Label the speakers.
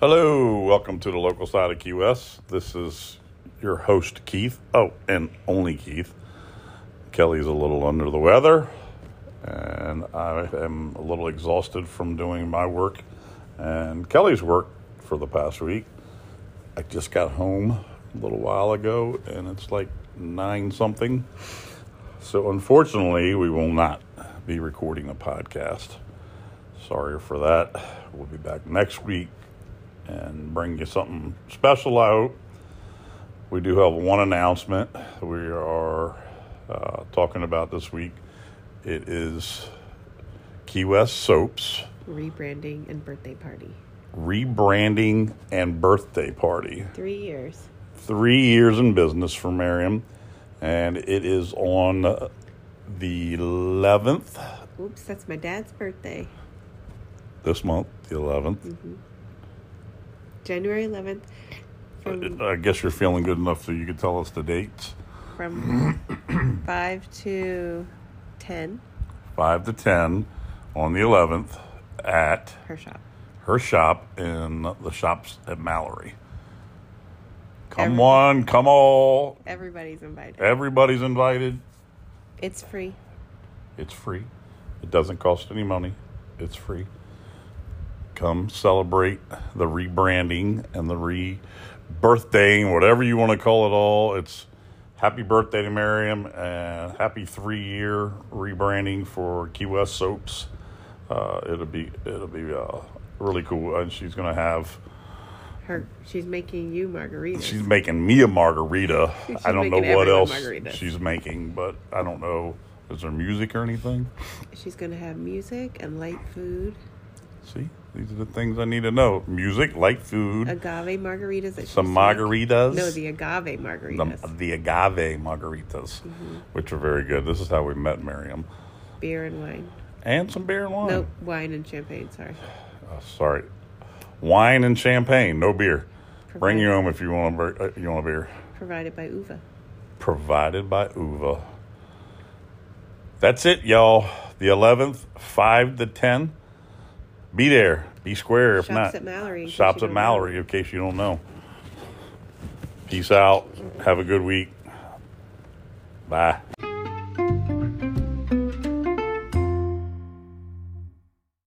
Speaker 1: Hello, welcome to the local side of QS. This is your host, Keith. Oh, and only Keith. Kelly's a little under the weather, and I am a little exhausted from doing my work and Kelly's work for the past week. I just got home a little while ago, and it's like nine something. So, unfortunately, we will not be recording a podcast. Sorry for that. We'll be back next week and bring you something special, I hope. We do have one announcement we are uh, talking about this week. It is Key West Soaps
Speaker 2: rebranding and birthday party.
Speaker 1: rebranding and birthday party.
Speaker 2: Three years.
Speaker 1: Three years in business for Merriam, and it is on uh, the 11th
Speaker 2: Oops, that's my dad's birthday.
Speaker 1: this month, the 11th.
Speaker 2: January 11th from,
Speaker 1: I guess you're feeling good enough so you could tell us the dates.
Speaker 2: from 5 to 10,
Speaker 1: 5 to 10 on the 11th at
Speaker 2: her shop.
Speaker 1: her shop in the shops at Mallory. Come
Speaker 2: Every-
Speaker 1: one, come all.
Speaker 2: Everybody's invited.
Speaker 1: Everybody's invited.
Speaker 2: It's free.
Speaker 1: It's free. It doesn't cost any money. It's free. Come celebrate the rebranding and the re birthdaying, whatever you want to call it all. It's happy birthday to Miriam and happy three year rebranding for Key West Soaps. Uh, it'll be it'll be uh, really cool, and she's gonna have
Speaker 2: Her she's making you margaritas.
Speaker 1: She's making me a margarita.
Speaker 2: She's
Speaker 1: I don't know
Speaker 2: making
Speaker 1: what
Speaker 2: everyone
Speaker 1: else
Speaker 2: margaritas.
Speaker 1: she's making, but I don't know. Is there music or anything?
Speaker 2: She's going to have music and light food,
Speaker 1: See, these are the things I need to know: music, light food,
Speaker 2: agave margaritas that
Speaker 1: some
Speaker 2: she's
Speaker 1: margaritas,
Speaker 2: making. No, the agave margaritas.
Speaker 1: the, the agave margaritas,
Speaker 2: Mm-hmm.
Speaker 1: which are very good. This is how we met Miriam,
Speaker 2: beer and wine.
Speaker 1: and some beer and wine.
Speaker 2: No, wine and champagne, sorry.
Speaker 1: Oh, sorry, wine and champagne, no beer. Bring
Speaker 2: Provided-
Speaker 1: you home if you want a beer, uh, you want a beer.
Speaker 2: Provided by Uva.
Speaker 1: provided by Uva. That's it, y'all. The 11th, 5 to 10. Be there. Be square if
Speaker 2: Shops
Speaker 1: not.
Speaker 2: at Mallory, in case
Speaker 1: Shops
Speaker 2: you
Speaker 1: at
Speaker 2: don't
Speaker 1: Mallory, in case you don't know. Peace out. Have a good week. Bye.